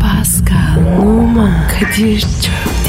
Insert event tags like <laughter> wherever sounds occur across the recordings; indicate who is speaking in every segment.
Speaker 1: Pascal, Oman, Kadir çok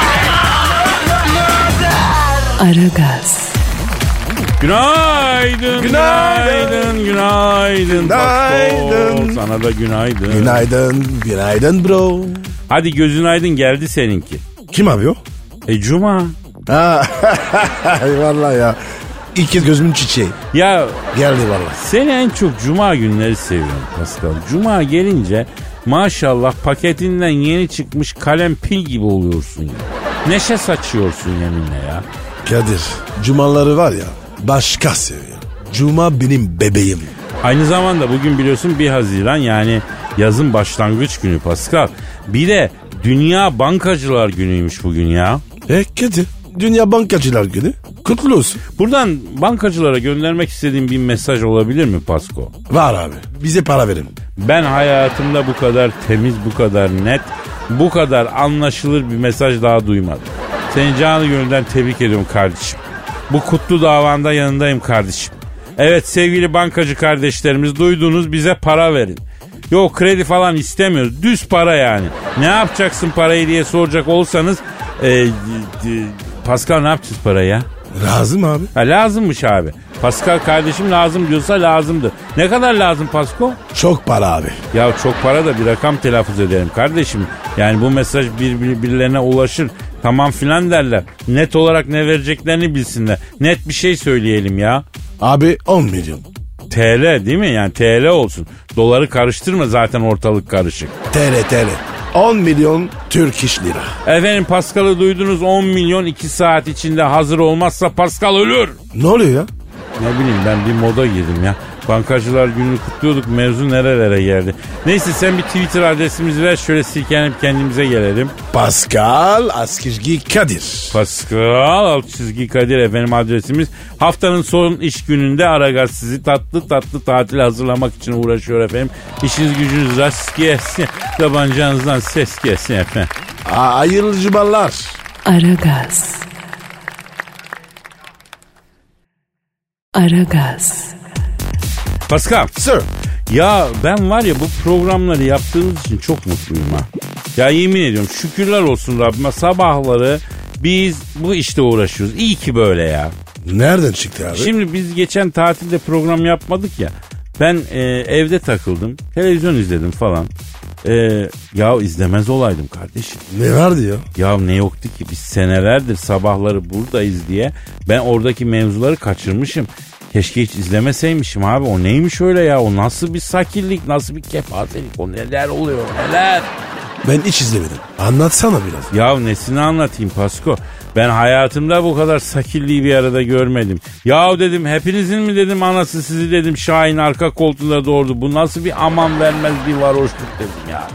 Speaker 1: Aragaz,
Speaker 2: Günaydın.
Speaker 3: Günaydın.
Speaker 2: Günaydın. Günaydın.
Speaker 3: Günaydın.
Speaker 2: Pascal. Sana da günaydın.
Speaker 3: Günaydın. Günaydın bro.
Speaker 2: Hadi gözün aydın geldi seninki.
Speaker 3: Kim abi o?
Speaker 2: E cuma.
Speaker 3: Ha. <laughs> vallahi ya. İki gözümün çiçeği.
Speaker 2: Ya
Speaker 3: Geldi vallahi.
Speaker 2: seni en çok cuma günleri seviyorum Pascal. Cuma gelince maşallah paketinden yeni çıkmış kalem pil gibi oluyorsun ya. Neşe saçıyorsun yeminle ya.
Speaker 3: Kadir. Cumaları var ya. Başka seviyor. Cuma benim bebeğim.
Speaker 2: Aynı zamanda bugün biliyorsun 1 Haziran yani yazın başlangıç günü Pascal. Bir de Dünya Bankacılar Günü'ymüş bugün ya.
Speaker 3: E Kadir. Dünya Bankacılar Günü. Kutlu olsun.
Speaker 2: Buradan bankacılara göndermek istediğim bir mesaj olabilir mi Pasko?
Speaker 3: Var abi. Bize para verin.
Speaker 2: Ben hayatımda bu kadar temiz, bu kadar net, bu kadar anlaşılır bir mesaj daha duymadım. Seni canı gönülden tebrik ediyorum kardeşim. Bu kutlu davanda yanındayım kardeşim. Evet sevgili bankacı kardeşlerimiz duydunuz bize para verin. Yok kredi falan istemiyoruz. Düz para yani. Ne yapacaksın parayı diye soracak olsanız... E, e, Pascal ne yapacağız parayı ya?
Speaker 3: Lazım abi.
Speaker 2: Ha lazımmış abi. Pascal kardeşim lazım diyorsa lazımdı. Ne kadar lazım Pasko?
Speaker 3: Çok para abi.
Speaker 2: Ya çok para da bir rakam telaffuz edelim kardeşim. Yani bu mesaj bir, bir- birilerine ulaşır. Tamam filan derler. Net olarak ne vereceklerini bilsinler. Net bir şey söyleyelim ya.
Speaker 3: Abi 10 milyon.
Speaker 2: TL değil mi? Yani TL olsun. Doları karıştırma zaten ortalık karışık.
Speaker 3: TL TL. 10 milyon Türk iş lira.
Speaker 2: Efendim Pascal'ı duydunuz 10 milyon 2 saat içinde hazır olmazsa Pascal ölür.
Speaker 3: Ne oluyor ya?
Speaker 2: Ne bileyim ben bir moda girdim ya. Bankacılar gününü kutluyorduk mevzu nerelere geldi. Neyse sen bir Twitter adresimizi ver şöyle silkelenip kendimize gelelim.
Speaker 3: Pascal Askizgi Kadir.
Speaker 2: Pascal alt çizgi Kadir efendim adresimiz. Haftanın son iş gününde Aragaz sizi tatlı tatlı tatil hazırlamak için uğraşıyor efendim. İşiniz gücünüz rast gelsin. <laughs> Tabancanızdan ses gelsin efendim.
Speaker 3: Aa, hayırlı cumalar.
Speaker 1: Aragaz. Aragaz,
Speaker 2: Pascal
Speaker 3: Sir.
Speaker 2: ya ben var ya bu programları yaptığınız için çok mutluyum ha. Ya yemin ediyorum şükürler olsun Rabbime sabahları biz bu işte uğraşıyoruz. İyi ki böyle ya.
Speaker 3: Nereden çıktı abi?
Speaker 2: Şimdi biz geçen tatilde program yapmadık ya. Ben e, evde takıldım. Televizyon izledim falan. E, ya izlemez olaydım kardeşim.
Speaker 3: Ne vardı ya?
Speaker 2: Ya ne yoktu ki biz senelerdir sabahları buradayız diye ben oradaki mevzuları kaçırmışım. Keşke hiç izlemeseymişim abi o neymiş öyle ya o nasıl bir sakillik nasıl bir kepazelik o neler oluyor neler.
Speaker 3: Ben hiç izlemedim. Anlatsana biraz.
Speaker 2: Ya nesini anlatayım Pasko? Ben hayatımda bu kadar sakilliği bir arada görmedim. Yahu dedim hepinizin mi dedim anası sizi dedim Şahin arka koltuğunda doğurdu. Bu nasıl bir aman vermez bir varoşluk dedim ya.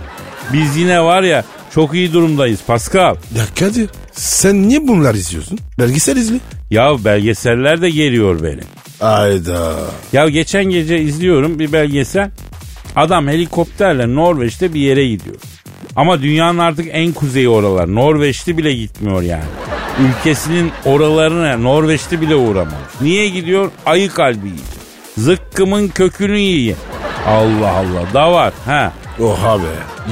Speaker 2: Biz yine var ya çok iyi durumdayız Pascal.
Speaker 3: Ya Kadir sen niye bunlar izliyorsun? Belgesel izle.
Speaker 2: Ya belgeseller de geliyor beni.
Speaker 3: Ayda.
Speaker 2: Ya geçen gece izliyorum bir belgesel. Adam helikopterle Norveç'te bir yere gidiyor. Ama dünyanın artık en kuzeyi oralar. Norveç'te bile gitmiyor yani. Ülkesinin oralarına Norveç'te bile uğramamış. Niye gidiyor? Ayı kalbi yiyecek. Zıkkımın kökünü yiyeyim. Allah Allah da var. Ha.
Speaker 3: Oha be.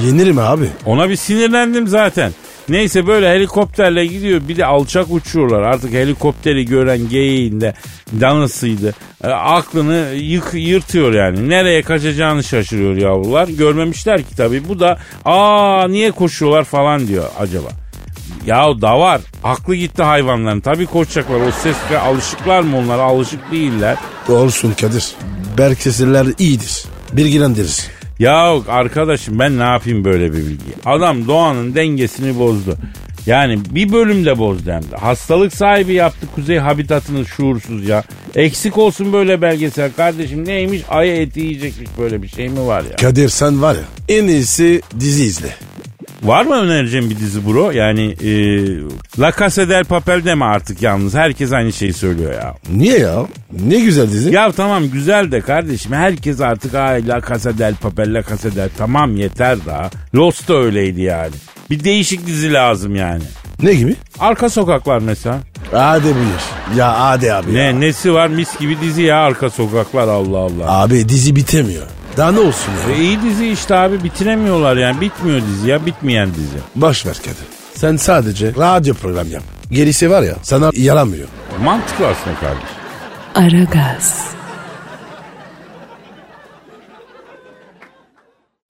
Speaker 3: Yenirim abi.
Speaker 2: Ona bir sinirlendim zaten. Neyse böyle helikopterle gidiyor bir de alçak uçuyorlar. Artık helikopteri gören geyiğinde danasıydı. E, aklını yık, yırtıyor yani. Nereye kaçacağını şaşırıyor yavrular. Görmemişler ki tabii. Bu da aa niye koşuyorlar falan diyor acaba. Yahu da var. Aklı gitti hayvanların. Tabii koşacaklar. O sesle alışıklar mı onlar? Alışık değiller.
Speaker 3: Olsun Kadir. Belgeseller iyidir. Bilgilendirir.
Speaker 2: Ya arkadaşım ben ne yapayım böyle bir bilgi? Adam doğanın dengesini bozdu. Yani bir bölümde bozdu hem de. Hastalık sahibi yaptı kuzey habitatını şuursuz ya. Eksik olsun böyle belgesel kardeşim. Neymiş? Ayı eti yiyecekmiş böyle bir şey mi var ya?
Speaker 3: Kadir sen var ya en iyisi dizi izle.
Speaker 2: Var mı önereceğim bir dizi bro? Yani e, La Casa del Papel deme artık yalnız. Herkes aynı şeyi söylüyor ya.
Speaker 3: Niye ya? Ne güzel dizi.
Speaker 2: Ya tamam güzel de kardeşim herkes artık ay La Casa del Papel La Casa del tamam yeter daha. Lost da öyleydi yani. Bir değişik dizi lazım yani.
Speaker 3: Ne gibi?
Speaker 2: Arka sokaklar mesela.
Speaker 3: Ade bilir. Ya Ade abi ya.
Speaker 2: Ne nesi var mis gibi dizi ya arka sokaklar Allah Allah.
Speaker 3: Abi dizi bitemiyor. Daha ne olsun ya?
Speaker 2: E, iyi dizi işte abi bitiremiyorlar yani bitmiyor dizi ya bitmeyen dizi.
Speaker 3: Baş ver Kadir. Sen sadece radyo program yap. Gerisi var ya sana yaramıyor.
Speaker 2: Mantıklı aslında kardeşim.
Speaker 1: Aragaz.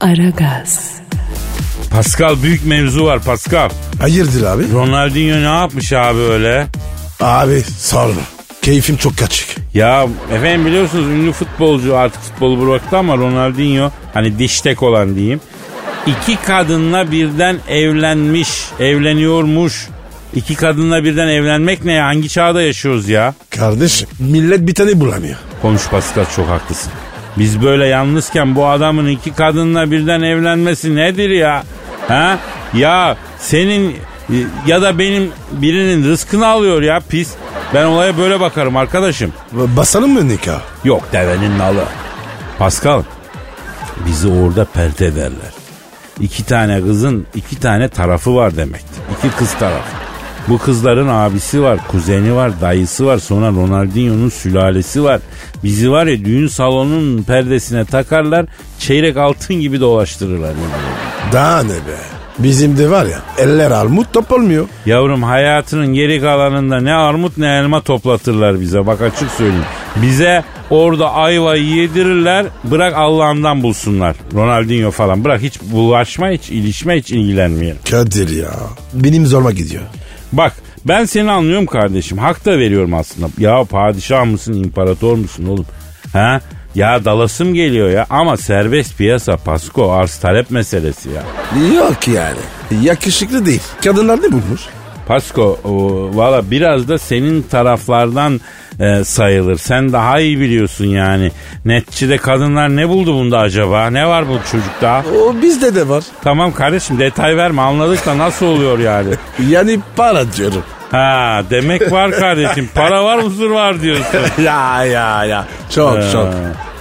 Speaker 1: Aragaz.
Speaker 2: Pascal büyük mevzu var Pascal.
Speaker 3: Hayırdır abi?
Speaker 2: Ronaldinho ne yapmış abi öyle?
Speaker 3: Abi sorma. Keyfim çok kaçık.
Speaker 2: Ya efendim biliyorsunuz ünlü futbolcu artık futbolu bıraktı ama Ronaldinho hani diştek olan diyeyim. İki kadınla birden evlenmiş, evleniyormuş. İki kadınla birden evlenmek ne ya? Hangi çağda yaşıyoruz ya?
Speaker 3: Kardeş millet bir tane bulamıyor.
Speaker 2: Konuş Pascal çok haklısın. Biz böyle yalnızken bu adamın iki kadınla birden evlenmesi nedir ya? Ha? Ya senin ya da benim birinin rızkını alıyor ya pis. Ben olaya böyle bakarım arkadaşım.
Speaker 3: Basalım mı nikah?
Speaker 2: Yok devenin nalı. Pascal bizi orada perte ederler. İki tane kızın iki tane tarafı var demektir. İki kız tarafı. Bu kızların abisi var, kuzeni var, dayısı var, sonra Ronaldinho'nun sülalesi var. Bizi var ya düğün salonunun perdesine takarlar, çeyrek altın gibi dolaştırırlar. yani.
Speaker 3: Daha ne be? Bizim de var ya eller armut top olmuyor.
Speaker 2: Yavrum hayatının geri kalanında ne armut ne elma toplatırlar bize. Bak açık söyleyeyim. Bize orada ayvayı yedirirler. Bırak Allah'ından bulsunlar. Ronaldinho falan. Bırak hiç bulaşma hiç ilişme hiç ilgilenmeyelim.
Speaker 3: Kadir ya. Benim zoruma gidiyor.
Speaker 2: Bak ben seni anlıyorum kardeşim. Hak da veriyorum aslında. Ya padişah mısın imparator musun oğlum? Ha? Ya dalasım geliyor ya ama serbest piyasa Pasko arz talep meselesi ya.
Speaker 3: Yok yani. Yakışıklı değil. Kadınlar ne bulmuş?
Speaker 2: Pasko o, valla biraz da senin taraflardan e, sayılır. Sen daha iyi biliyorsun yani. Netçide kadınlar ne buldu bunda acaba? Ne var bu çocukta?
Speaker 3: O bizde de var.
Speaker 2: Tamam kardeşim detay verme anladık da nasıl oluyor yani?
Speaker 3: Yani para diyorum. <laughs>
Speaker 2: Ha demek var kardeşim. Para var huzur var diyorsun.
Speaker 3: ya ya ya. Çok
Speaker 2: Ha,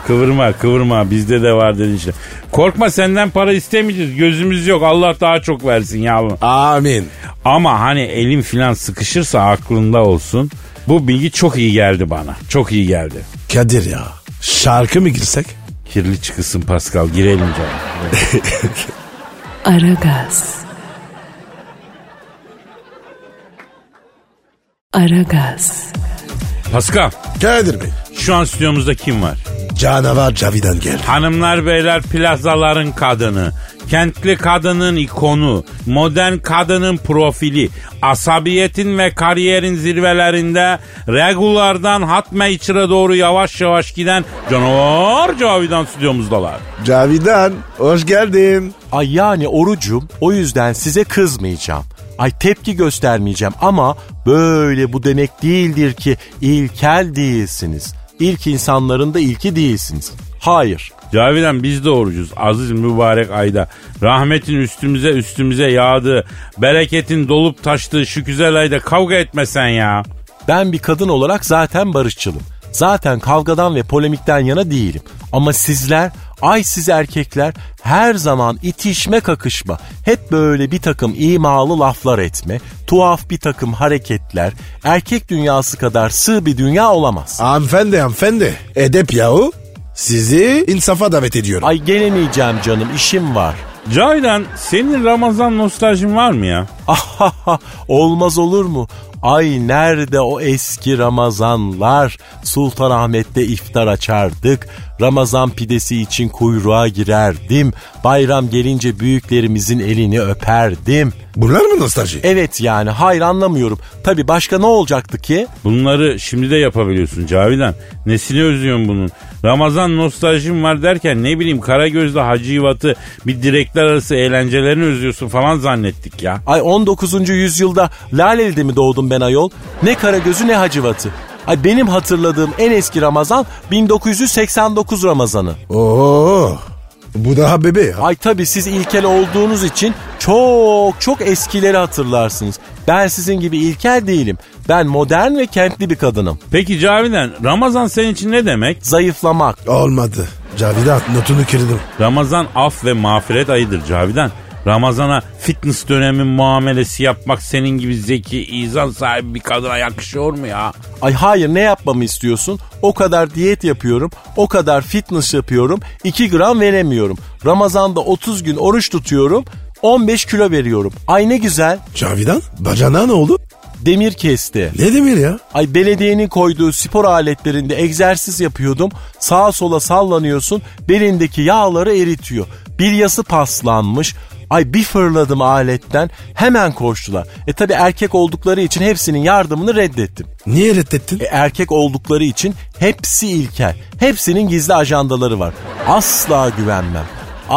Speaker 2: Kıvırma kıvırma bizde de var dedin işte. Korkma senden para istemeyeceğiz. Gözümüz yok Allah daha çok versin yavrum.
Speaker 3: Amin.
Speaker 2: Ama hani elim filan sıkışırsa aklında olsun. Bu bilgi çok iyi geldi bana. Çok iyi geldi.
Speaker 3: Kadir ya. Şarkı mı girsek?
Speaker 2: Kirli çıkısın Pascal girelim canım.
Speaker 1: Aragaz. Aragaz.
Speaker 2: Pascal
Speaker 3: Kadir Bey.
Speaker 2: şu an stüdyomuzda kim var?
Speaker 3: Canavar Cavidan geldi.
Speaker 2: Hanımlar beyler plazaların kadını, kentli kadının ikonu, modern kadının profili, asabiyetin ve kariyerin zirvelerinde regulardan hatme içine doğru yavaş yavaş giden canavar Cavidan stüdyomuzdalar.
Speaker 3: Cavidan hoş geldin.
Speaker 4: Ay yani orucum o yüzden size kızmayacağım. Ay tepki göstermeyeceğim ama böyle bu demek değildir ki ilkel değilsiniz. İlk insanların da ilki değilsiniz. Hayır.
Speaker 2: Cavidan biz de orucuz aziz mübarek ayda. Rahmetin üstümüze üstümüze yağdı. Bereketin dolup taştığı şu güzel ayda kavga etmesen ya.
Speaker 4: Ben bir kadın olarak zaten barışçılım. Zaten kavgadan ve polemikten yana değilim. Ama sizler, ay siz erkekler her zaman itişme kakışma, hep böyle bir takım imalı laflar etme, tuhaf bir takım hareketler, erkek dünyası kadar sığ bir dünya olamaz.
Speaker 3: Hanımefendi hanımefendi. Edep yahu. Sizi insafa davet ediyorum.
Speaker 4: Ay gelemeyeceğim canım işim var. <laughs>
Speaker 2: Cavidan senin Ramazan nostaljin var mı ya?
Speaker 4: Ahaha, Olmaz olur mu? Ay nerede o eski Ramazanlar? Sultanahmet'te iftar açardık. Ramazan pidesi için kuyruğa girerdim. Bayram gelince büyüklerimizin elini öperdim.
Speaker 3: Bunlar mı nostalji?
Speaker 4: Evet yani hayır anlamıyorum. Tabii başka ne olacaktı ki?
Speaker 2: Bunları şimdi de yapabiliyorsun Cavidan. Nesini özlüyorsun bunun? Ramazan nostaljim var derken ne bileyim Karagöz'de Hacı Yivat'ı bir direkler arası eğlencelerini özlüyorsun falan zannettik ya.
Speaker 4: Ay 19. yüzyılda Laleli'de mi doğdum ben ayol? Ne Karagöz'ü ne Hacivat'ı. Ay benim hatırladığım en eski Ramazan 1989 Ramazanı.
Speaker 3: Oo. Bu daha bebe ya.
Speaker 4: Ay tabii siz ilkel olduğunuz için Çok çok eskileri hatırlarsınız. Ben sizin gibi ilkel değilim. Ben modern ve kentli bir kadınım.
Speaker 2: Peki Cavidan Ramazan senin için ne demek?
Speaker 4: Zayıflamak.
Speaker 3: Olmadı. Cavidat notunu kırdım.
Speaker 2: Ramazan af ve mağfiret ayıdır Cavidan. Ramazana fitness dönemin muamelesi yapmak senin gibi zeki, izan sahibi bir kadına yakışıyor mu ya?
Speaker 4: Ay hayır ne yapmamı istiyorsun? O kadar diyet yapıyorum, o kadar fitness yapıyorum, 2 gram veremiyorum. Ramazan'da 30 gün oruç tutuyorum, 15 kilo veriyorum. Ay ne güzel,
Speaker 3: Cavidan bacana ne oldu?
Speaker 4: demir kesti.
Speaker 3: Ne demir ya?
Speaker 4: Ay belediyenin koyduğu spor aletlerinde egzersiz yapıyordum. Sağa sola sallanıyorsun, belindeki yağları eritiyor. Bilyası paslanmış. Ay bir fırladım aletten, hemen koştular. E tabi erkek oldukları için hepsinin yardımını reddettim.
Speaker 3: Niye reddettin?
Speaker 4: E, erkek oldukları için hepsi ilkel. Hepsinin gizli ajandaları var. Asla güvenmem.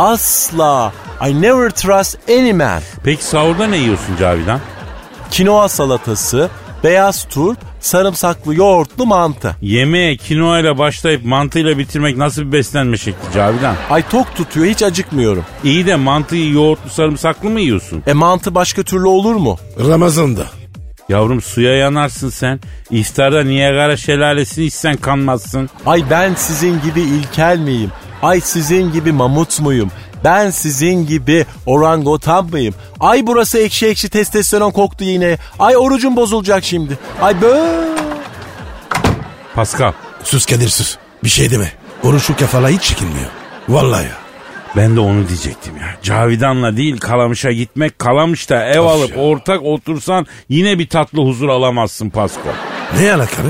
Speaker 4: Asla. I never trust any man.
Speaker 2: Peki sahurda ne yiyorsun Cavidan?
Speaker 4: Kinoa salatası, beyaz turp, sarımsaklı yoğurtlu mantı.
Speaker 2: Yemeğe kinoa ile başlayıp mantıyla bitirmek nasıl bir beslenme şekli Cavidan?
Speaker 4: Ay tok tutuyor hiç acıkmıyorum.
Speaker 2: İyi de mantıyı yoğurtlu sarımsaklı mı yiyorsun?
Speaker 4: E mantı başka türlü olur mu?
Speaker 3: Ramazan'da.
Speaker 2: Yavrum suya yanarsın sen. İftarda Niagara şelalesini içsen kanmazsın.
Speaker 4: Ay ben sizin gibi ilkel miyim? Ay sizin gibi mamut muyum? Ben sizin gibi orangutan mıyım? Ay burası ekşi ekşi testosteron koktu yine. Ay orucum bozulacak şimdi. Ay böyle.
Speaker 2: Pascal
Speaker 3: Sus Kadir sus. Bir şey deme. Oruçlu kafala hiç çekinmiyor. Vallahi ya.
Speaker 2: ben de onu diyecektim ya. Cavidan'la değil Kalamış'a gitmek. Kalamış'ta ev
Speaker 3: Of
Speaker 2: alıp
Speaker 3: ya.
Speaker 2: ortak otursan yine bir tatlı huzur alamazsın Pascal.
Speaker 3: Ne alaka be?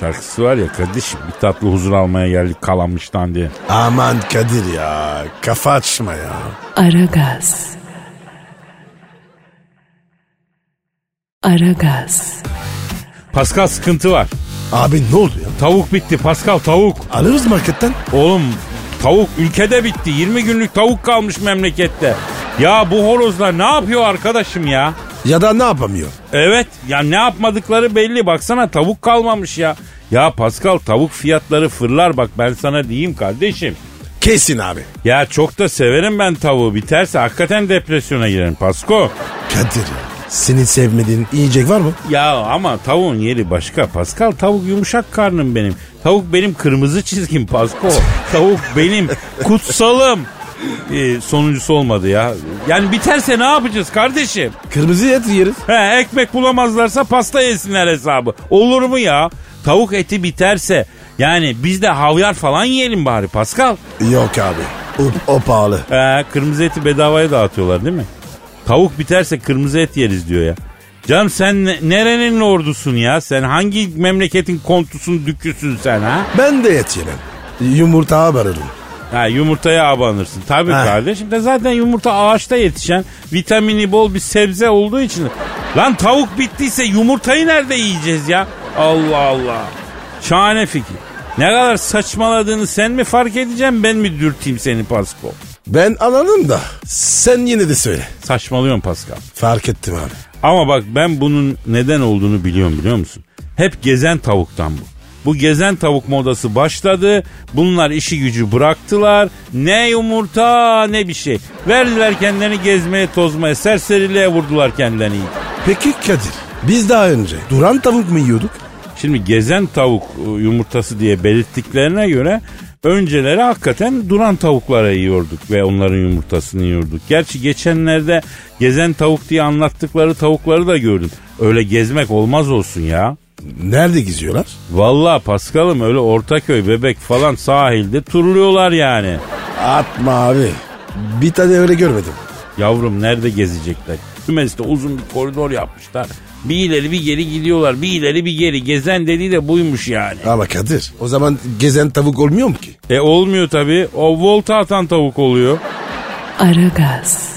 Speaker 2: Şarkısı var ya kardeşim bir tatlı huzur almaya geldik Kalamış'tan diye.
Speaker 3: Aman Kadir ya. Kafa açma ya.
Speaker 1: Aragaz. Aragaz.
Speaker 2: Pascal sıkıntı var.
Speaker 3: Abi ne oldu ya?
Speaker 2: Tavuk bitti Pascal tavuk.
Speaker 3: Alırız marketten.
Speaker 2: Oğlum tavuk ülkede bitti. 20 günlük tavuk kalmış memlekette. Ya bu horozlar ne yapıyor arkadaşım ya?
Speaker 3: Ya da ne yapamıyor?
Speaker 2: Evet ya ne yapmadıkları belli baksana tavuk kalmamış ya. Ya Pascal tavuk fiyatları fırlar bak ben sana diyeyim kardeşim.
Speaker 3: Kesin abi.
Speaker 2: Ya çok da severim ben tavuğu biterse hakikaten depresyona girerim Pasko.
Speaker 3: Kadir ya. Senin sevmediğin yiyecek var mı?
Speaker 2: Ya ama tavuğun yeri başka Pascal tavuk yumuşak karnım benim. Tavuk benim kırmızı çizgim Pasko. tavuk benim kutsalım. Ee, sonuncusu olmadı ya. Yani biterse ne yapacağız kardeşim?
Speaker 3: Kırmızı et yeriz.
Speaker 2: He ekmek bulamazlarsa pasta yesinler hesabı. Olur mu ya? Tavuk eti biterse yani biz de havyar falan yiyelim bari Pascal.
Speaker 3: Yok abi. O, o pahalı.
Speaker 2: He, Ee, kırmızı eti bedavaya dağıtıyorlar değil mi? Tavuk biterse kırmızı et yeriz diyor ya. Canım sen ne- nerenin ordusun ya? Sen hangi memleketin kontusun düküsün sen ha?
Speaker 3: Ben de et yemem. Yumurta barırım.
Speaker 2: Ha yumurtaya abanırsın. Tabii
Speaker 3: Ha.
Speaker 2: kardeşim de zaten yumurta ağaçta yetişen vitamini bol bir sebze olduğu için. Lan tavuk bittiyse yumurtayı nerede yiyeceğiz ya? Allah Allah. Şahane fikir. Ne kadar saçmaladığını sen mi fark edeceksin ben mi dürteyim seni Pasko?
Speaker 3: Ben alalım da sen yine de söyle.
Speaker 2: Saçmalıyorsun Pascal.
Speaker 3: Fark ettim abi.
Speaker 2: Ama bak ben bunun neden olduğunu biliyorum biliyor musun? Hep gezen tavuktan bu. Bu gezen tavuk modası başladı. Bunlar işi gücü bıraktılar. Ne yumurta ne bir şey. Verdiler kendilerini gezmeye tozmaya serseriliğe vurdular kendilerini.
Speaker 3: Peki Kadir biz daha önce duran tavuk mu yiyorduk?
Speaker 2: Şimdi gezen tavuk e, yumurtası diye belirttiklerine göre önceleri hakikaten duran tavuklara yiyorduk ve onların yumurtasını yiyorduk. Gerçi geçenlerde gezen tavuk diye anlattıkları tavukları da gördüm. Öyle gezmek olmaz olsun ya.
Speaker 3: Nerede geziyorlar?
Speaker 2: Valla Paskal'ım öyle Ortaköy, Bebek falan sahilde turluyorlar yani.
Speaker 3: Atma abi. Bir tane öyle görmedim.
Speaker 2: Yavrum nerede gezecekler? Kümeste uzun bir koridor yapmışlar. Bir ileri bir geri gidiyorlar. Bir ileri bir geri. Gezen dediği de buymuş yani.
Speaker 3: Ama Kadir o zaman gezen tavuk olmuyor mu ki?
Speaker 2: E olmuyor tabii. O volta atan tavuk oluyor.
Speaker 1: Aragaz.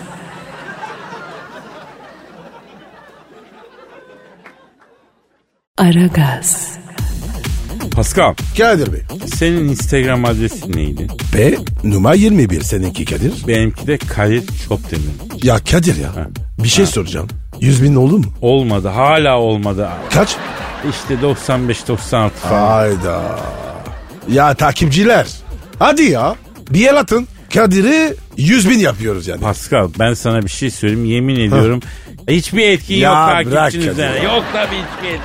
Speaker 1: Aragaz.
Speaker 2: Paskal
Speaker 3: Kadir Bey.
Speaker 2: senin Instagram adresin neydi?
Speaker 3: B numara 21 seninki Kadir.
Speaker 2: Benimki de Kadir Çopdemir.
Speaker 3: Ya Kadir ya bir şey soracağım. 100 bin oldu mu?
Speaker 2: Olmadı. Hala olmadı.
Speaker 3: Kaç?
Speaker 2: İşte 95-96 falan.
Speaker 3: Hayda. Ya takipçiler. Hadi ya. Bir el atın. Kadir'i 100 bin yapıyoruz yani.
Speaker 2: Pascal ben sana bir şey söyleyeyim yemin ediyorum. Hiçbir etkin
Speaker 3: Ya
Speaker 2: yok
Speaker 3: bırak
Speaker 2: takipçinin
Speaker 3: ya.
Speaker 2: üzerine. Yok tabii hiçbir etkin.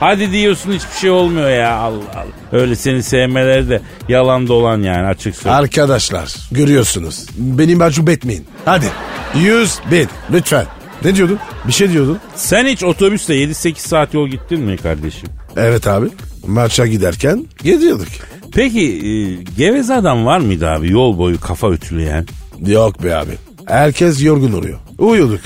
Speaker 2: Hadi diyorsun hiçbir şey olmuyor ya Allah Allah. Öyle seni sevmeleri de yalan dolan yani açık söyle.
Speaker 3: Arkadaşlar görüyorsunuz. Beni mahcup etmeyin. Hadi 100 bin lütfen. Ne diyordun? Bir şey diyordun.
Speaker 2: Sen hiç otobüsle 7-8 saat yol gittin mi kardeşim?
Speaker 3: Evet abi. Maça giderken geziyorduk.
Speaker 2: Peki e, geveze adam var mıydı abi yol boyu kafa ütüleyen?
Speaker 3: Yok be abi. Herkes yorgun oluyor. Uyuyorduk.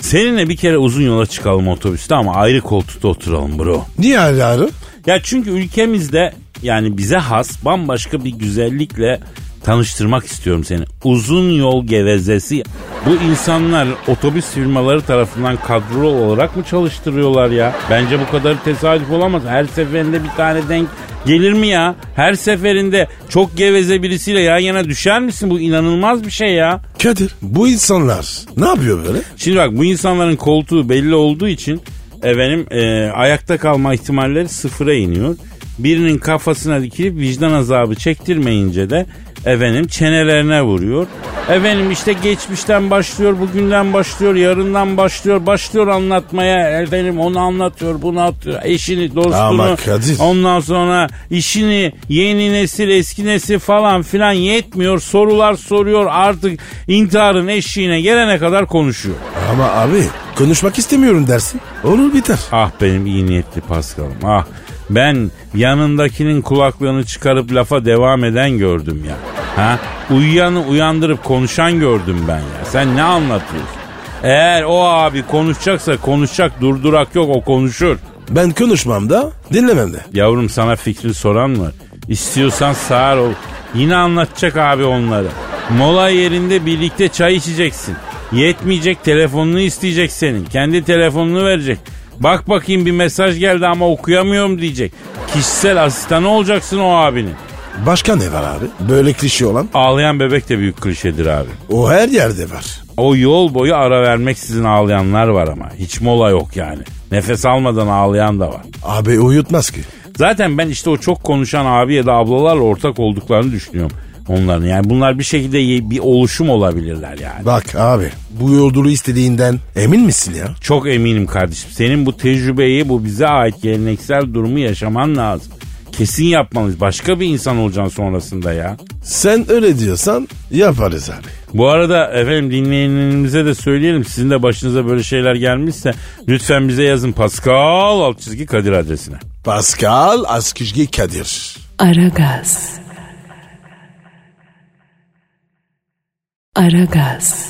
Speaker 2: Seninle bir kere uzun yola çıkalım otobüste ama ayrı koltukta oturalım bro.
Speaker 3: Niye ayrı ayrı?
Speaker 2: Ya çünkü ülkemizde yani bize has bambaşka bir güzellikle tanıştırmak istiyorum seni. Uzun yol gevezesi. Bu insanlar otobüs firmaları tarafından kadrol olarak mı çalıştırıyorlar ya? Bence bu kadar tesadüf olamaz. Her seferinde bir tane denk gelir mi ya? Her seferinde çok geveze birisiyle yan yana düşer misin? Bu inanılmaz bir şey ya.
Speaker 3: Kadir bu insanlar ne yapıyor böyle?
Speaker 2: Şimdi bak bu insanların koltuğu belli olduğu için efendim e, ayakta kalma ihtimalleri sıfıra iniyor. Birinin kafasına dikilip vicdan azabı çektirmeyince de efendim çenelerine vuruyor. Efendim işte geçmişten başlıyor, bugünden başlıyor, yarından başlıyor, başlıyor anlatmaya. Efendim onu anlatıyor, bunu atıyor, eşini, dostunu.
Speaker 3: Ama Kadir-
Speaker 2: Ondan sonra işini yeni nesil eski nesil falan filan yetmiyor. Sorular soruyor artık intiharın eşiğine gelene kadar konuşuyor.
Speaker 3: Ama abi konuşmak istemiyorum dersin. Olur biter.
Speaker 2: Ah benim iyi niyetli Paskal'ım ah. Ben yanındakinin kulaklığını çıkarıp lafa devam eden gördüm ya. Ha? Uyuyanı uyandırıp konuşan gördüm ben ya. Sen ne anlatıyorsun? Eğer o abi konuşacaksa konuşacak durdurak yok o konuşur.
Speaker 3: Ben konuşmam da dinlemem de.
Speaker 2: Yavrum sana fikri soran mı? İstiyorsan sağır ol. Yine anlatacak abi onları. Mola yerinde birlikte çay içeceksin. Yetmeyecek telefonunu isteyecek senin. Kendi telefonunu verecek. Bak bakayım bir mesaj geldi ama okuyamıyorum diyecek. Kişisel asistanı olacaksın o abinin.
Speaker 3: Başka ne var abi? Böyle klişe olan.
Speaker 2: Ağlayan bebek de büyük klişedir abi.
Speaker 3: O her yerde var.
Speaker 2: O yol boyu ara vermeksizin ağlayanlar var ama. Hiç mola yok yani. Nefes almadan ağlayan da var.
Speaker 3: Abi uyutmaz ki.
Speaker 2: Zaten ben işte o çok konuşan abi ya da ablalarla ortak olduklarını düşünüyorum onların. Yani bunlar bir şekilde ye- bir oluşum olabilirler yani.
Speaker 3: Bak abi bu yolculuğu istediğinden emin misin ya?
Speaker 2: Çok eminim kardeşim. Senin bu tecrübeyi, bu bize ait geleneksel durumu yaşaman lazım. Kesin yapmalıyız. Başka bir insan olacaksın sonrasında ya.
Speaker 3: Sen öyle diyorsan yaparız abi.
Speaker 2: Bu arada efendim dinleyenlerimize de söyleyelim. Sizin de başınıza böyle şeyler gelmişse lütfen bize yazın. Pascal alt çizgi Kadir adresine.
Speaker 3: Pascal Askizgi Kadir.
Speaker 1: Aragaz. Aragaz.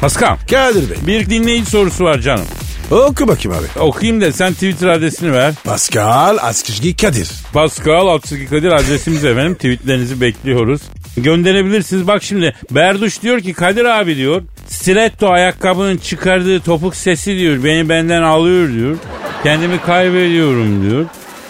Speaker 2: Pascal
Speaker 3: Kadir Bey
Speaker 2: bir dinleyici sorusu var canım.
Speaker 3: oku bakayım abi.
Speaker 2: Okuyayım da sen Twitter adresini ver.
Speaker 3: Pascal Askizgi Kadir.
Speaker 2: Pascal Altçizgi Kadir adresimiz efendim. Tweetlerinizi bekliyoruz. Gönderebilirsiniz. Bak şimdi Berduş diyor ki Kadir abi diyor. Stiletto ayakkabının çıkardığı topuk sesi diyor. Beni benden alıyor diyor. Kendimi kaybediyorum diyor.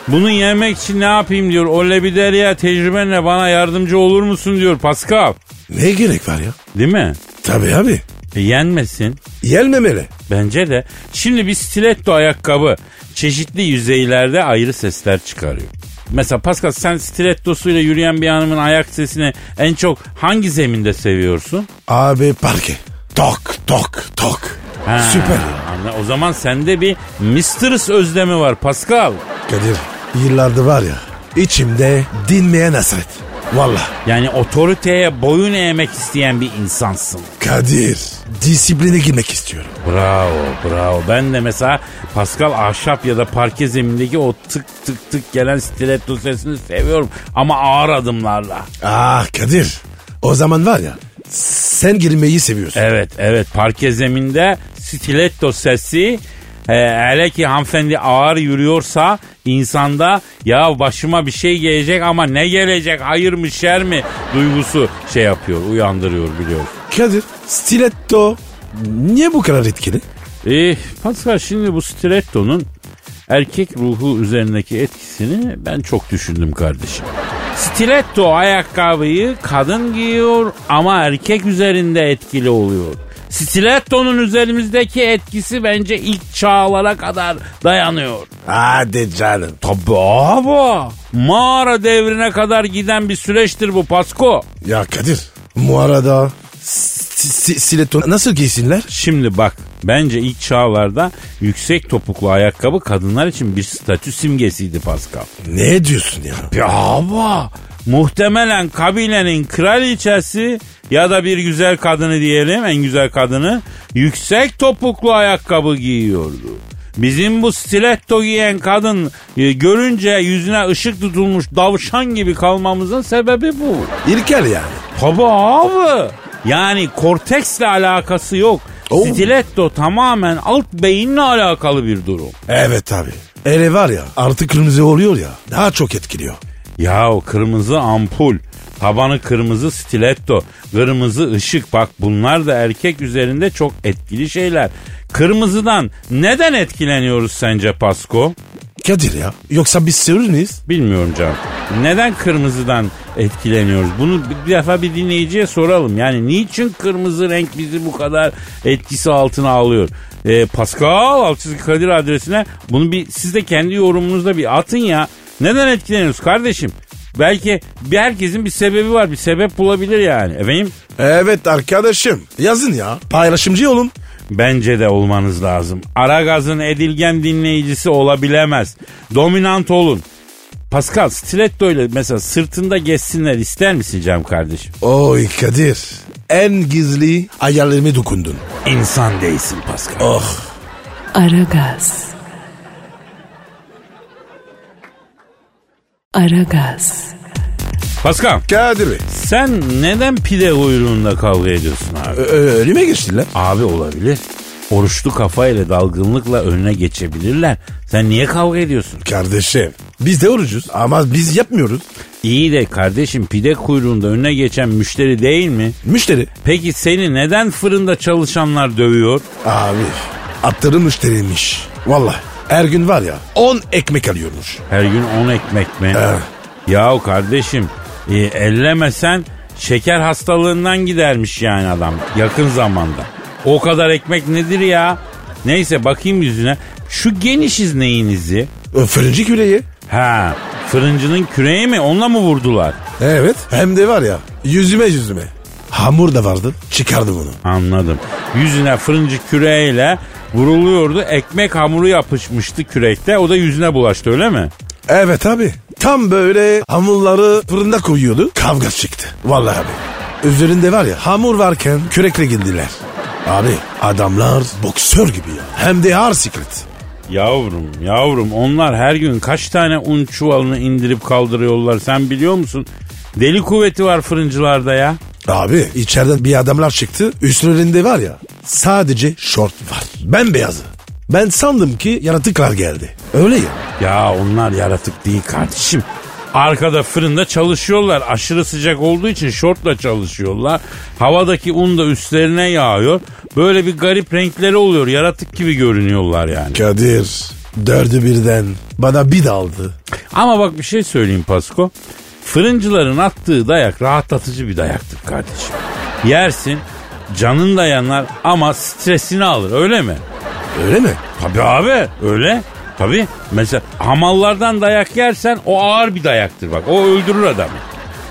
Speaker 2: Bunu yemek için ne yapayım diyor. O lebideria tecrübenle bana yardımcı olur musun diyor Pascal.
Speaker 3: Ne gerek var ya?
Speaker 2: Değil mi?
Speaker 3: Tabii abi.
Speaker 2: E, yenmesin.
Speaker 3: Yenmemeli.
Speaker 2: Bence de. Şimdi bir stiletto ayakkabı çeşitli yüzeylerde ayrı sesler çıkarıyor. Mesela Pascal sen stilettosuyla yürüyen bir hanımın ayak sesini en çok hangi zeminde seviyorsun?
Speaker 3: Abi parke. Tok tok tok.
Speaker 2: Ha,
Speaker 3: Süper.
Speaker 2: anla- O zaman sende bir mistress özlemi var Pascal.
Speaker 3: Kadir yıllardır var ya içimde dinmeyen hasret. Valla.
Speaker 2: Yani otoriteye boyun eğmek isteyen bir insansın.
Speaker 3: Kadir disipline girmek istiyorum.
Speaker 2: Bravo bravo. Ben de mesela Pascal ahşap ya da parke zemindeki o tık tık tık gelen stiletto sesini seviyorum. Ama ağır adımlarla.
Speaker 3: Ah Kadir o zaman var ya sen girmeyi seviyorsun. E,
Speaker 2: Evet evet parke zeminde stiletto sesi e, hele ki hanımefendi ağır yürüyorsa insanda ya başıma bir şey gelecek ama ne gelecek hayır mı şer mi duygusu şey yapıyor uyandırıyor biliyor.
Speaker 3: Kadir stiletto niye bu kadar etkili?
Speaker 2: E, Pascal şimdi bu stiletto'nun erkek ruhu üzerindeki etkisini ben çok düşündüm kardeşim. Stiletto ayakkabıyı kadın giyiyor ama erkek üzerinde etkili oluyor. Stiletto'nun üzerimizdeki etkisi bence ilk çağlara kadar dayanıyor.
Speaker 3: Hadi canım.
Speaker 2: Tabii abi. Mağara devrine kadar giden bir süreçtir bu Pasko.
Speaker 3: Ya Kadir Muarada, si- si- stiletto nasıl giysinler?
Speaker 2: Şimdi bak bence ilk çağlarda yüksek topuklu ayakkabı kadınlar için bir statü simgesiydi Pascal.
Speaker 3: Ne diyorsun ya?
Speaker 2: Ya ama muhtemelen kabilenin kraliçesi ya da bir güzel kadını diyelim en güzel kadını yüksek topuklu ayakkabı giyiyordu. Bizim bu stiletto giyen kadın e, görünce yüzüne ışık tutulmuş davşan gibi kalmamızın sebebi bu.
Speaker 3: İlkel yani.
Speaker 2: Tabi abi. Yani korteksle alakası yok.
Speaker 3: Oo.
Speaker 2: Stiletto tamamen alt beyinle alakalı bir durum.
Speaker 3: Evet abi. Ele var ya artık kırmızı oluyor ya daha çok etkiliyor.
Speaker 2: Ya o kırmızı ampul, tabanı kırmızı stiletto, kırmızı ışık bak bunlar da erkek üzerinde çok etkili şeyler. Kırmızıdan neden etkileniyoruz sence Pasko?
Speaker 3: Kadir ya yoksa biz sığır mıyız?
Speaker 2: Bilmiyorum canım. Neden kırmızıdan etkileniyoruz? Bunu bir- bir defa bir dinleyiciye soralım. Yani niçin kırmızı renk bizi bu kadar etkisi altına alıyor? Ee, Pascal Altçizgi Kadir adresine bunu bir siz de kendi yorumunuzda bir atın ya. Neden etkileniyoruz kardeşim? Belki bir herkesin bir sebebi var. Bir sebep bulabilir yani. Efendim?
Speaker 3: Evet arkadaşım yazın ya paylaşımcı olun.
Speaker 2: Bence de olmanız lazım. Aragaz'ın edilgen dinleyicisi olabilemez. Dominant olun. Pascal stiletto ile mesela sırtında geçsinler ister misin Cem kardeşim?
Speaker 3: Oy Kadir en gizli hayallerime dokundun.
Speaker 2: İnsan değilsin Pascal.
Speaker 3: Oh
Speaker 1: Aragaz. Aragaz.
Speaker 2: Pascal
Speaker 3: Kadir Bey.
Speaker 2: sen neden pide kuyruğunda kavga ediyorsun abi?
Speaker 3: ö- ö- Ölüme geçtin lan.
Speaker 2: Abi olabilir. Oruçlu kafayla dalgınlıkla önüne geçebilirler. Sen niye kavga ediyorsun?
Speaker 3: Kardeşim biz de orucuz ama biz yapmıyoruz.
Speaker 2: İyi de kardeşim pide kuyruğunda önüne geçen müşteri değil mi?
Speaker 3: Müşteri.
Speaker 2: Peki seni neden fırında çalışanlar dövüyor?
Speaker 3: Abi atları müşteriymiş. Valla her gün var ya 10 ekmek alıyormuş.
Speaker 2: Her gün 10 ekmek mi?
Speaker 3: Evet.
Speaker 2: Yahu kardeşim e, ellemesen şeker hastalığından gidermiş yani adam yakın zamanda. O kadar ekmek nedir ya? Neyse bakayım yüzüne. Şu genişiz neyinizi?
Speaker 3: Ö, Fırıncı küreği.
Speaker 2: Ha fırıncının küreği mi? Onunla mı vurdular?
Speaker 3: Evet. Hem de var ya yüzüme yüzüme. Hamur da vardı çıkardım onu.
Speaker 2: Anladım. Yüzüne fırıncı küreğiyle vuruluyordu. Ekmek hamuru yapışmıştı kürekte. O da yüzüne bulaştı öyle mi?
Speaker 3: Evet abi. Tam böyle hamurları fırında koyuyordu. Kavga çıktı. Vallahi abi. Üzerinde var ya hamur varken kürekle girdiler. Abi adamlar boksör gibi ya. Hem de ağır siklet.
Speaker 2: Yavrum yavrum onlar her gün kaç tane un çuvalını indirip kaldırıyorlar sen biliyor musun? Deli kuvveti var fırıncılarda ya.
Speaker 3: Abi içeriden bir adamlar çıktı. Üstlerinde var ya sadece şort var. Bembeyazı. Ben sandım ki yaratıklar geldi. Öyle ya.
Speaker 2: Ya onlar yaratık değil kardeşim. Arkada fırında çalışıyorlar. Aşırı sıcak olduğu için şortla çalışıyorlar. Havadaki un da üstlerine yağıyor. Böyle bir garip renkleri oluyor. Yaratık gibi görünüyorlar yani.
Speaker 3: Kadir dördü birden bana bir daldı.
Speaker 2: Ama bak bir şey söyleyeyim Pasko. Fırıncıların attığı dayak rahatlatıcı bir dayaktır kardeşim. Yersin, canın da yanar ama stresini alır öyle mi?
Speaker 3: Öyle mi?
Speaker 2: Tabii abi öyle. Tabii mesela hamallardan dayak yersen o ağır bir dayaktır bak. O öldürür adamı.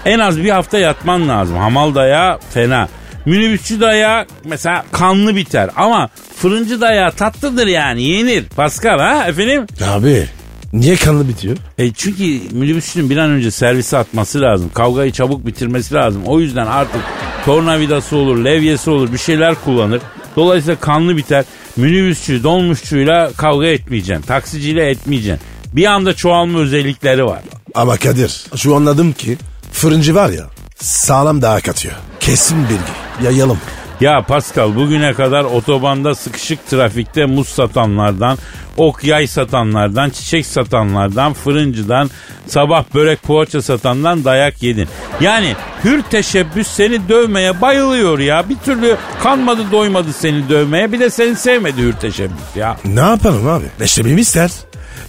Speaker 2: En az bir hafta yatman lazım. Hamal dayağı fena. Minibüsçü dayağı mesela kanlı biter ama fırıncı dayağı tatlıdır yani yenir. Pascal ha efendim?
Speaker 3: Abi niye kanlı bitiyor?
Speaker 2: E çünkü minibüsçünün bir an önce servise atması lazım. Kavgayı çabuk bitirmesi lazım. O yüzden artık tornavidası olur, levyesi olur bir şeyler kullanır. Dolayısıyla kanlı biter. Minibüsçü, dolmuşçuyla kavga etmeyeceksin. Taksiciyle etmeyeceksin. Bir anda çoğalma özellikleri var.
Speaker 3: Ama Kadir şu anladım ki fırıncı var ya sağlam dayak atıyor. Kesin bilgi. Yayalım.
Speaker 2: Ya Pascal bugüne kadar otobanda sıkışık trafikte muz satanlardan, ok yay satanlardan, çiçek satanlardan, fırıncıdan, sabah börek poğaça satandan dayak yedin. Yani hür teşebbüs seni dövmeye bayılıyor ya. Bir türlü kanmadı doymadı seni dövmeye. Bir de seni sevmedi hür teşebbüs ya.
Speaker 3: Ne yapalım abi? Meşrebim ister.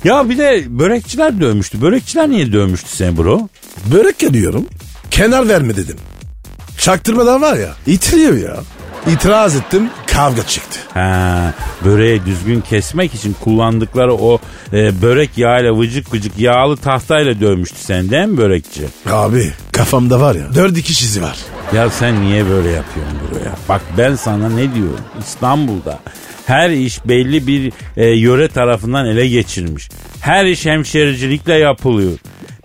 Speaker 2: Ya bir de börekçiler dövmüştü. Börekçiler niye dövmüştü seni bro?
Speaker 3: Börek geliyorum. Kenar verme dedim. Çaktırmadan var ya. İtiriyor ya. İtiraz ettim. kavga çıktı.
Speaker 2: Ha, böreği düzgün kesmek için kullandıkları o e, börek yağıyla vıcık vıcık yağlı tahtayla dövmüştü sen değil mi börekçi?
Speaker 3: Abi kafamda var ya dört dikiş izi var.
Speaker 2: Ya sen niye böyle yapıyorsun buraya? Bak ben sana ne diyorum İstanbul'da her iş belli bir e, yöre tarafından ele geçirilmiş. Her iş hemşericilikle yapılıyor.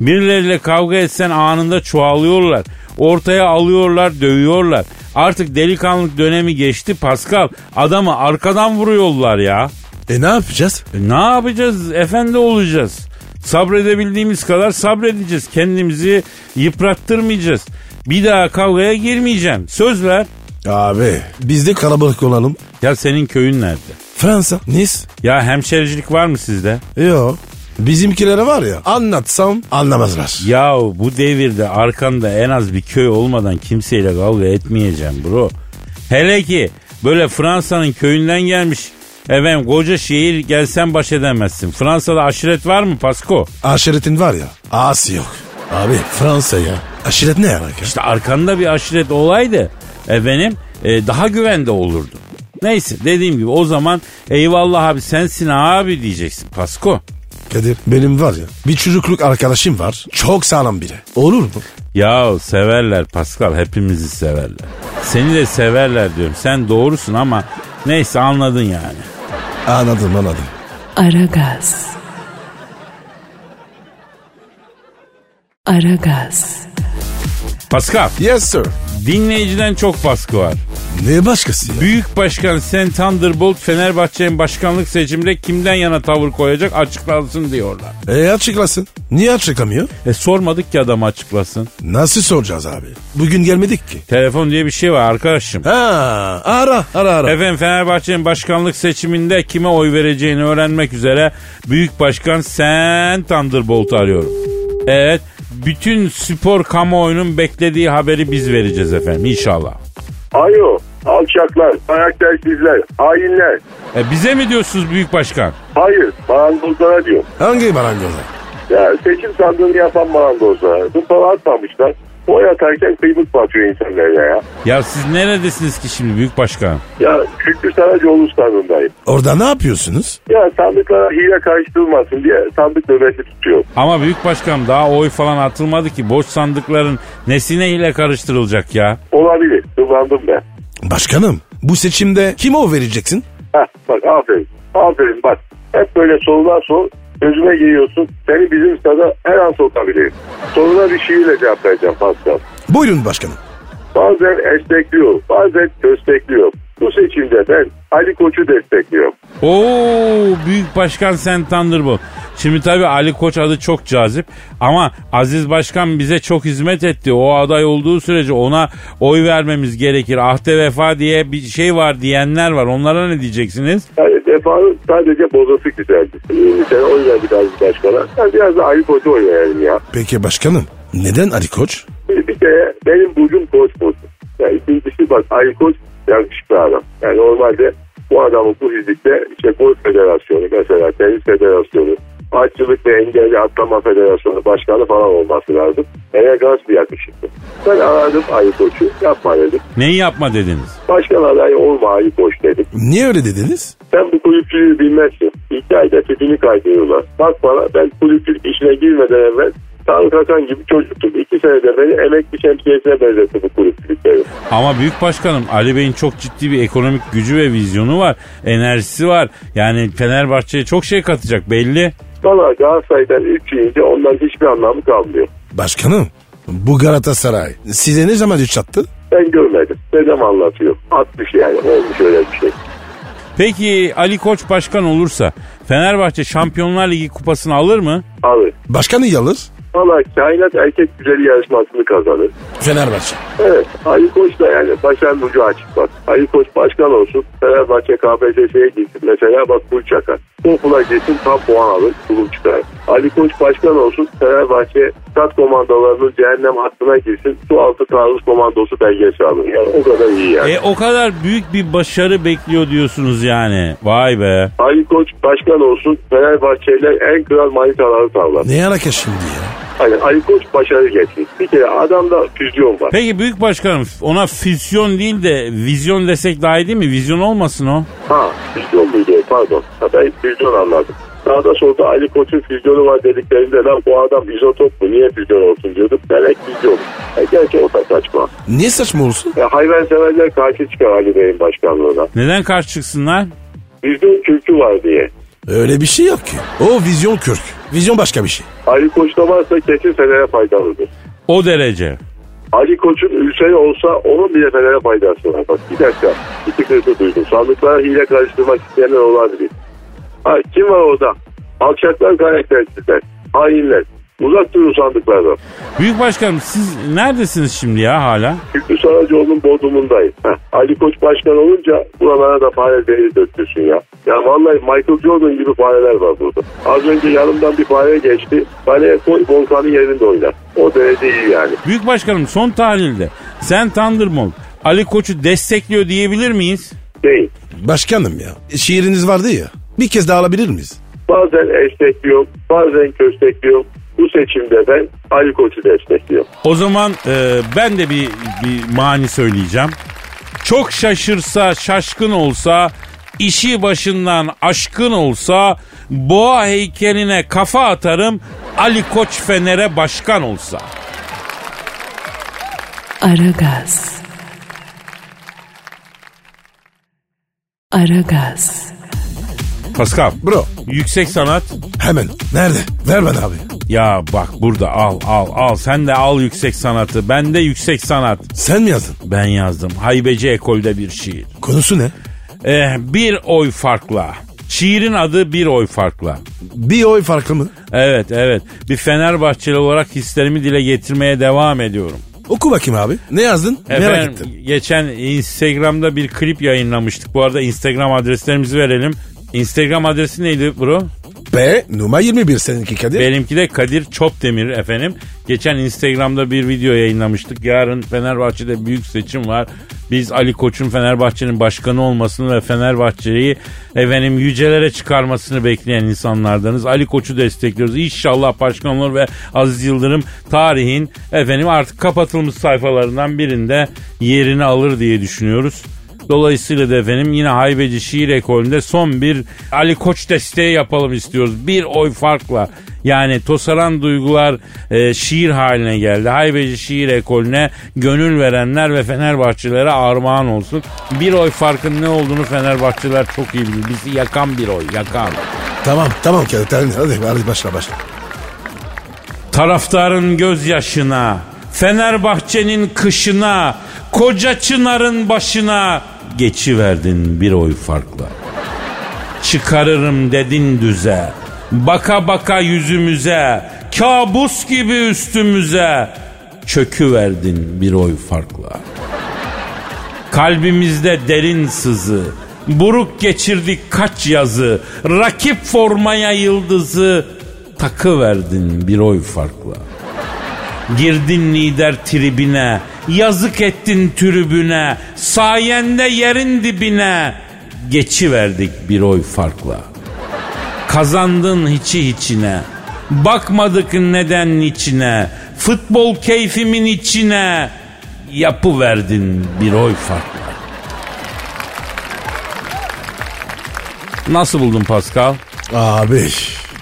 Speaker 2: Birileriyle kavga etsen anında çoğalıyorlar. Ortaya alıyorlar, dövüyorlar. Artık delikanlılık dönemi geçti Pascal. Adamı arkadan vuruyorlar ya.
Speaker 3: E ne yapacağız?
Speaker 2: E, Ne yapacağız? Efendi olacağız. Sabredebildiğimiz kadar sabredeceğiz. Kendimizi yıprattırmayacağız. Bir daha kavgaya girmeyeceğim. Söz ver.
Speaker 3: Abi biz de kalabalık olalım.
Speaker 2: Ya senin köyün nerede?
Speaker 3: Fransa, Nice.
Speaker 2: Ya hemşericilik var mı sizde?
Speaker 3: Yo. Bizimkilere var ya anlatsam anlamazlar.
Speaker 2: Ya bu devirde arkanda en az bir köy olmadan kimseyle kavga etmeyeceğim bro. Hele ki böyle Fransa'nın köyünden gelmiş efendim koca şehir gelsen baş edemezsin. Fransa'da aşiret var mı Pasko?
Speaker 3: Aşiretin var ya ağası yok. Abi Fransa ya. Aşiret ne yarak ya?
Speaker 2: İşte arkanda bir aşiret olaydı efendim e, daha güvende olurdu. Neyse dediğim gibi o zaman eyvallah abi sensin abi diyeceksin Pasko.
Speaker 3: Kadir benim var ya bir çocukluk arkadaşım var. Çok sağlam biri. Olur mu?
Speaker 2: Ya severler Pascal hepimizi severler. Seni de severler diyorum. Sen doğrusun ama neyse anladın yani.
Speaker 3: Anladım anladım.
Speaker 1: Aragaz. Aragaz.
Speaker 2: Pascal
Speaker 3: Yes sir.
Speaker 2: dinleyiciden çok baskı var.
Speaker 3: Ne başkası ya?
Speaker 2: Büyük Başkan Sen Thunderbolt Fenerbahçe'nin başkanlık seçiminde kimden yana tavır koyacak açıklansın diyorlar.
Speaker 3: E açıklasın. Niye açıklamıyor?
Speaker 2: E sormadık ki adam açıklasın.
Speaker 3: Nasıl soracağız abi? Bugün gelmedik ki.
Speaker 2: Telefon diye bir şey var arkadaşım.
Speaker 3: Ha ara ara ara.
Speaker 2: Efendim Fenerbahçe'nin başkanlık seçiminde kime oy vereceğini öğrenmek üzere Büyük Başkan Sen Thunderbolt'u arıyorum. Evet bütün spor kamuoyunun beklediği haberi biz vereceğiz efendim inşallah.
Speaker 5: Ayo, alçaklar, ayak dersizler, hainler.
Speaker 2: E, bize mi diyorsunuz Büyük Başkan?
Speaker 5: Hayır, marangozlara diyor.
Speaker 3: Hangi marangoza?
Speaker 5: Ya seçim sandığını yapan marangozlara. Zımpara atmamışlar. Oy atarken kıymık batıyor insanlar ya.
Speaker 2: Ya siz neredesiniz ki şimdi Büyük Başkan?
Speaker 5: Ya Şükrü Saracoğlu standındayım.
Speaker 3: Orada ne yapıyorsunuz?
Speaker 5: Ya sandıklara hile karıştırılmasın diye sandık nöbeti tutuyor.
Speaker 2: Ama Büyük Başkan daha oy falan atılmadı ki boş sandıkların nesine ile karıştırılacak ya?
Speaker 5: Olabilir, kullandım ben.
Speaker 3: Başkanım bu seçimde kime o vereceksin?
Speaker 5: Heh, bak aferin, aferin bak. Hep böyle sorular sor, gözüme giriyorsun. Seni bizim stada her an sokabilirim. Soruna bir şiirle cevap vereceğim Pascal.
Speaker 3: Buyurun başkanım.
Speaker 5: Bazen estekliyor, bazen köstekliyor. Bu seçimde ben Ali Koç'u destekliyorum.
Speaker 2: Oo Büyük Başkan Sen Thunderbolt. Şimdi tabii Ali Koç adı çok cazip ama Aziz Başkan bize çok hizmet etti. O aday olduğu sürece ona oy vermemiz gerekir. Ahde vefa diye bir şey var diyenler var. Onlara ne diyeceksiniz?
Speaker 5: Yani defanın sadece bozası güzeldi. Yeni sene oy verdi Gazi Başkan'a. Ben biraz da Ali Koç'u oy verelim ya.
Speaker 3: Peki başkanım neden Ali Koç?
Speaker 5: Bir, bir kere benim burcum Koç burcu. Yani ikincisi bak Ali Koç yakışıklı adam. Yani normalde bu adamın bu fizikte işte Koç Federasyonu mesela, Tenis Federasyonu, Aççılık ve Engelli Atlama Federasyonu başkanı falan olması lazım. Elegans bir yakışıklı. Ben aradım Ali Koç'u, yapma dedim.
Speaker 2: Neyi yapma dediniz?
Speaker 5: Başkan adayı olma Ali Koç dedim.
Speaker 3: Niye öyle dediniz?
Speaker 5: Sen bu kulüpçülüğü bilmezsin. İki ayda tütünü kaydırıyorlar. Bak bana ben kulüpçülük işine girmeden evvel Tanrı Hakan gibi çocuktum. İki senede beni emekli şemsiyesine benzetti bu kulüpçülükleri.
Speaker 2: Ama Büyük Başkanım Ali Bey'in çok ciddi bir ekonomik gücü ve vizyonu var. Enerjisi var. Yani Fenerbahçe'ye çok şey katacak belli.
Speaker 5: Valla Galatasaray'dan üç yiyince ondan hiçbir anlamı kalmıyor.
Speaker 3: Başkanım bu Galatasaray size ne zaman üç attı?
Speaker 5: Ben görmedim. Dedem anlatıyor. Atmış yani. Olmuş öyle bir şey.
Speaker 2: Peki Ali Koç başkan olursa Fenerbahçe Şampiyonlar Ligi kupasını alır mı?
Speaker 5: Abi
Speaker 3: Başkanı yalır
Speaker 5: valla kainat erkek güzeli yarışmasını kazanır.
Speaker 3: Fenerbahçe.
Speaker 5: Evet Ali Koç da yani başarının ucu açık bak. Ali Koç başkan olsun Fenerbahçe KPSS'ye gitsin mesela bak kul çakar. Topula gitsin tam puan alır kulum çıkar. Ali Koç başkan olsun Fenerbahçe stat komandolarının cehennem hattına girsin su altı taarruz komandosu belgesi alır. Yani o kadar iyi yani.
Speaker 2: E o kadar büyük bir başarı bekliyor diyorsunuz yani. Vay be.
Speaker 5: Ali Koç başkan olsun Fenerbahçe'yle en kral manitaları tavlar.
Speaker 3: Ne yalaka şimdi ya?
Speaker 5: Hani Ali Koç başarı getirdi. Bir kere adamda füzyon var.
Speaker 2: Peki büyük başkanım ona füsyon değil de vizyon desek daha iyi değil mi? Vizyon olmasın o.
Speaker 5: Ha füzyon muydu o? pardon. Ha, ben füzyon anladım. Sağda solda Ali Koç'un füzyonu var dediklerinde lan bu adam izotop mu? Niye füzyon olsun diyordum. Demek füzyon. E, gerçi o da saçma.
Speaker 3: Niye saçma olsun?
Speaker 5: E, hayvanseverler karşı çıkar Ali Bey'in başkanlığına.
Speaker 2: Neden karşı çıksınlar?
Speaker 5: Füzyon kültü var diye.
Speaker 3: Öyle bir şey yok ki. O vizyon kürk. Vizyon başka bir şey.
Speaker 5: Ali Koç'ta varsa kesin Fener'e faydalıdır.
Speaker 2: O derece.
Speaker 5: Ali Koç'un ülseri olsa onun bile Fener'e faydası var. Bak bir dakika. Bir tıkırtı duydum. Sandıklara hile karıştırmak isteyenler olabilir. Ha, kim var orada? Alçaklar karaktersizler. Hainler. Uzak durun sandıklardan.
Speaker 2: Büyük başkanım siz neredesiniz şimdi ya hala?
Speaker 5: Şükrü Saracoğlu'nun bodrumundayım. Heh, Ali Koç başkan olunca buralara da fare deli döktürsün ya. Ya vallahi Michael Jordan gibi fareler var burada. Az önce yanımdan bir fare geçti. Kaleye koy Volkan'ın yerinde oynar. O derece iyi yani.
Speaker 2: Büyük başkanım son tahlilde sen Thunderbolt Ali Koç'u destekliyor diyebilir miyiz?
Speaker 5: Değil.
Speaker 3: Başkanım ya. Şiiriniz vardı ya. Bir kez daha alabilir miyiz?
Speaker 5: Bazen esnekliyorum, bazen köstekliyorum. Bu seçimde ben Ali Koç'u destekliyorum.
Speaker 2: O zaman e, ben de bir, bir mani söyleyeceğim. Çok şaşırsa, şaşkın olsa, işi başından aşkın olsa, boğa heykeline kafa atarım, Ali Koç Fener'e başkan olsa.
Speaker 1: Aragaz. Aragaz.
Speaker 2: Pascal,
Speaker 3: Bro
Speaker 2: yüksek sanat.
Speaker 3: hemen. Nerede? Ver bana abi.
Speaker 2: Ya bak burada al al al sen de al yüksek sanatı. Ben de yüksek sanat.
Speaker 3: Sen mi yazdın?
Speaker 2: Ben yazdım. Haybeci ekolde bir şiir.
Speaker 3: Konusu ne?
Speaker 2: Eh, bir oy farkla. Şiirin adı bir oy farkla.
Speaker 3: Bir oy farkı mı?
Speaker 2: Evet evet. Bir Fenerbahçeli olarak hislerimi dile getirmeye devam ediyorum.
Speaker 3: Oku bakayım abi. Ne yazdın? Merak ettim.
Speaker 2: geçen Instagram'da bir klip yayınlamıştık. Bu arada Instagram adreslerimizi verelim. Instagram adresi neydi bro?
Speaker 3: B numara 21 seninki Kadir.
Speaker 2: Benimki de Kadir Çopdemir efendim. Geçen Instagram'da bir video yayınlamıştık. Yarın Fenerbahçe'de büyük seçim var. Biz Ali Koç'un Fenerbahçe'nin başkanı olmasını ve Fenerbahçe'yi efendim yücelere çıkarmasını bekleyen insanlardanız. Ali Koç'u destekliyoruz. İnşallah başkan olur ve Aziz Yıldırım tarihin efendim artık kapatılmış sayfalarından birinde yerini alır diye düşünüyoruz. Dolayısıyla da efendim yine haybeci şiir ekolünde son bir Ali Koç desteği yapalım istiyoruz. Bir oy farkla. Yani tosaran duygular e, şiir haline geldi. Haybeci şiir ekolüne gönül verenler ve Fenerbahçelilere armağan olsun. Bir oy farkın ne olduğunu Fenerbahçeliler çok iyi bilir. Bizi yakan bir oy, yakan.
Speaker 3: Tamam tamam Kadir. Tamam, Hadi, hadi başla başla.
Speaker 2: Taraftarın gözyaşına, Fenerbahçe'nin kışına, koca çınarın başına geçiverdin bir oy farkla. Çıkarırım dedin düze, baka baka yüzümüze, kabus gibi üstümüze çöküverdin bir oy farkla. Kalbimizde derin sızı, buruk geçirdik kaç yazı, rakip formaya yıldızı takı verdin bir oy farkla. Girdin lider tribine, yazık ettin tribüne, sayende yerin dibine geçiverdik bir oy farkla. Kazandın hiçi hiçine, bakmadık neden içine, futbol keyfimin içine yapı verdin bir oy farkla. Nasıl buldun Pascal?
Speaker 3: Abi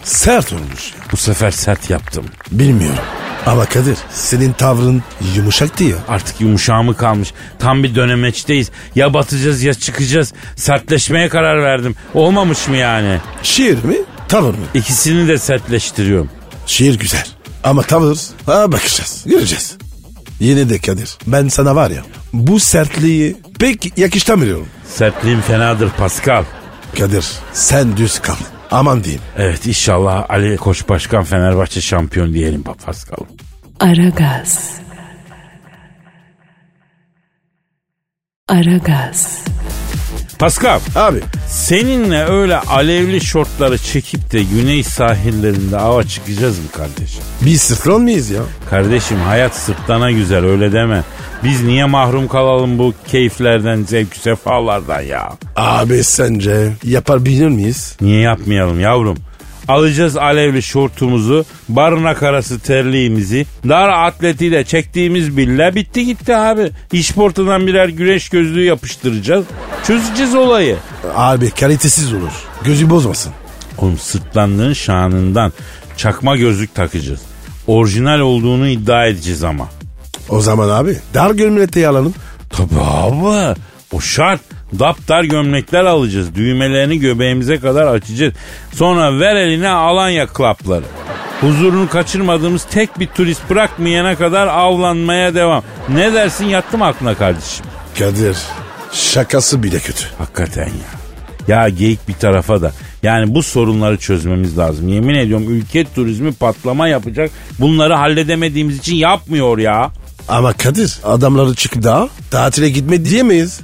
Speaker 3: sert olmuş.
Speaker 2: Bu sefer sert yaptım.
Speaker 3: Bilmiyorum. Ama Kadir senin tavrın yumuşaktı ya.
Speaker 2: Artık yumuşağımı kalmış. Tam bir dönemeçteyiz. Ya batacağız ya çıkacağız. Sertleşmeye karar verdim. Olmamış mı yani?
Speaker 3: Şiir mi? Tavır mı?
Speaker 2: İkisini de sertleştiriyorum.
Speaker 3: Şiir güzel. Ama tavır ha bakacağız. Göreceğiz. Yine de Kadir ben sana var ya bu sertliği pek yakıştamıyorum.
Speaker 2: Sertliğim fenadır Pascal.
Speaker 3: Kadir sen düz kal. Aman diyeyim.
Speaker 2: Evet inşallah Ali Koç Başkan Fenerbahçe şampiyon diyelim Pascal.
Speaker 1: Aragaz. Aragaz.
Speaker 2: Pascal
Speaker 3: Abi
Speaker 2: seninle öyle alevli şortları çekip de güney sahillerinde ava çıkacağız mı kardeşim?
Speaker 3: biz sıfron mıyız ya?
Speaker 2: Kardeşim hayat sırtlana güzel öyle deme. Biz niye mahrum kalalım bu keyiflerden, zevk sefalardan ya?
Speaker 3: Abi sence yapar bilir miyiz?
Speaker 2: Niye yapmayalım yavrum? Alacağız alevli şortumuzu, barınak arası terliğimizi, dar atletiyle çektiğimiz billa bitti gitti abi. İş portadan birer güneş gözlüğü yapıştıracağız. Çözeceğiz olayı.
Speaker 3: Abi kalitesiz olur. Gözü bozmasın.
Speaker 2: Oğlum sırtlandığın şanından çakma gözlük takacağız. Orijinal olduğunu iddia edeceğiz ama.
Speaker 3: O zaman abi dar gömleği alalım.
Speaker 2: Tabii abi. O şart. Daptar gömlekler alacağız. Düğmelerini göbeğimize kadar açacağız. Sonra ver eline Alanya klapları. Huzurunu kaçırmadığımız tek bir turist bırakmayana kadar avlanmaya devam. Ne dersin yattı mı aklına kardeşim?
Speaker 3: Kadir şakası bile kötü.
Speaker 2: Hakikaten ya. Ya geyik bir tarafa da. Yani bu sorunları çözmemiz lazım. Yemin ediyorum ülke turizmi patlama yapacak. Bunları halledemediğimiz için yapmıyor ya.
Speaker 3: Ama Kadir adamları çıkıp daha tatile gitme diyemeyiz.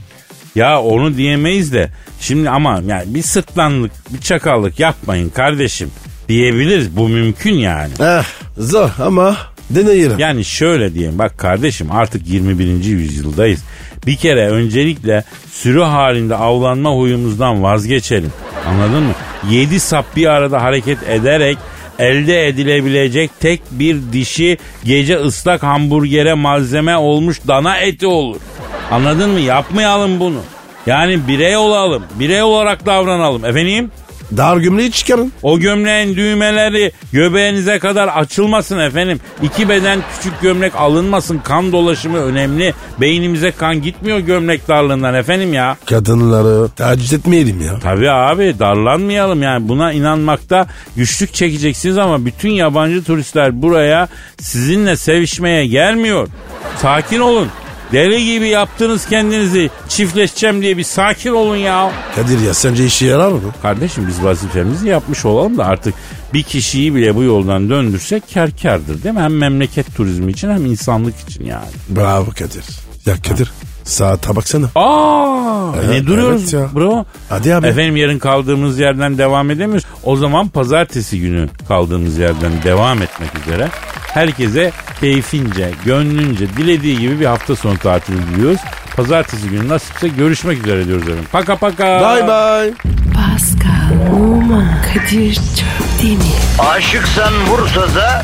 Speaker 2: Ya onu diyemeyiz de şimdi ama yani bir sırtlanlık bir çakallık yapmayın kardeşim diyebiliriz bu mümkün yani.
Speaker 3: Eh zor ama deneyelim.
Speaker 2: Yani şöyle diyeyim bak kardeşim artık 21. yüzyıldayız. Bir kere öncelikle sürü halinde avlanma huyumuzdan vazgeçelim. Anladın mı? 7 sap bir arada hareket ederek elde edilebilecek tek bir dişi gece ıslak hamburgere malzeme olmuş dana eti olur. Anladın mı? Yapmayalım bunu. Yani birey olalım. Birey olarak davranalım. Efendim?
Speaker 3: Dar gömleği çıkarın.
Speaker 2: O gömleğin düğmeleri göbeğinize kadar açılmasın efendim. İki beden küçük gömlek alınmasın. Kan dolaşımı önemli. Beynimize kan gitmiyor gömlek darlığından efendim ya.
Speaker 3: Kadınları taciz etmeyelim ya.
Speaker 2: Tabii abi darlanmayalım yani buna inanmakta güçlük çekeceksiniz ama bütün yabancı turistler buraya sizinle sevişmeye gelmiyor. Sakin olun. Deli gibi yaptınız kendinizi çiftleşeceğim diye bir sakin olun ya.
Speaker 3: Kadir ya sence işe yarar mı?
Speaker 2: Kardeşim biz vazifemizi yapmış olalım da artık bir kişiyi bile bu yoldan döndürsek kar kardır değil mi? Hem memleket turizmi için hem insanlık için yani.
Speaker 3: Bravo Kadir. Ya Kadir saate baksana.
Speaker 2: Aa
Speaker 3: Evet,
Speaker 2: ne duruyoruz
Speaker 3: evet ya.
Speaker 2: bro?
Speaker 3: Hadi abi.
Speaker 2: Efendim yarın kaldığımız yerden devam edemiyoruz. O zaman pazartesi günü kaldığımız yerden devam etmek üzere. Herkese keyfince, gönlünce, dilediği gibi bir hafta sonu tatili diliyoruz. Pazartesi günü nasipse görüşmek üzere diyoruz efendim. Paka paka.
Speaker 3: Bye bye.
Speaker 1: Pascal, Oman, Kadir çok değil mi?
Speaker 6: Aşıksan vursa da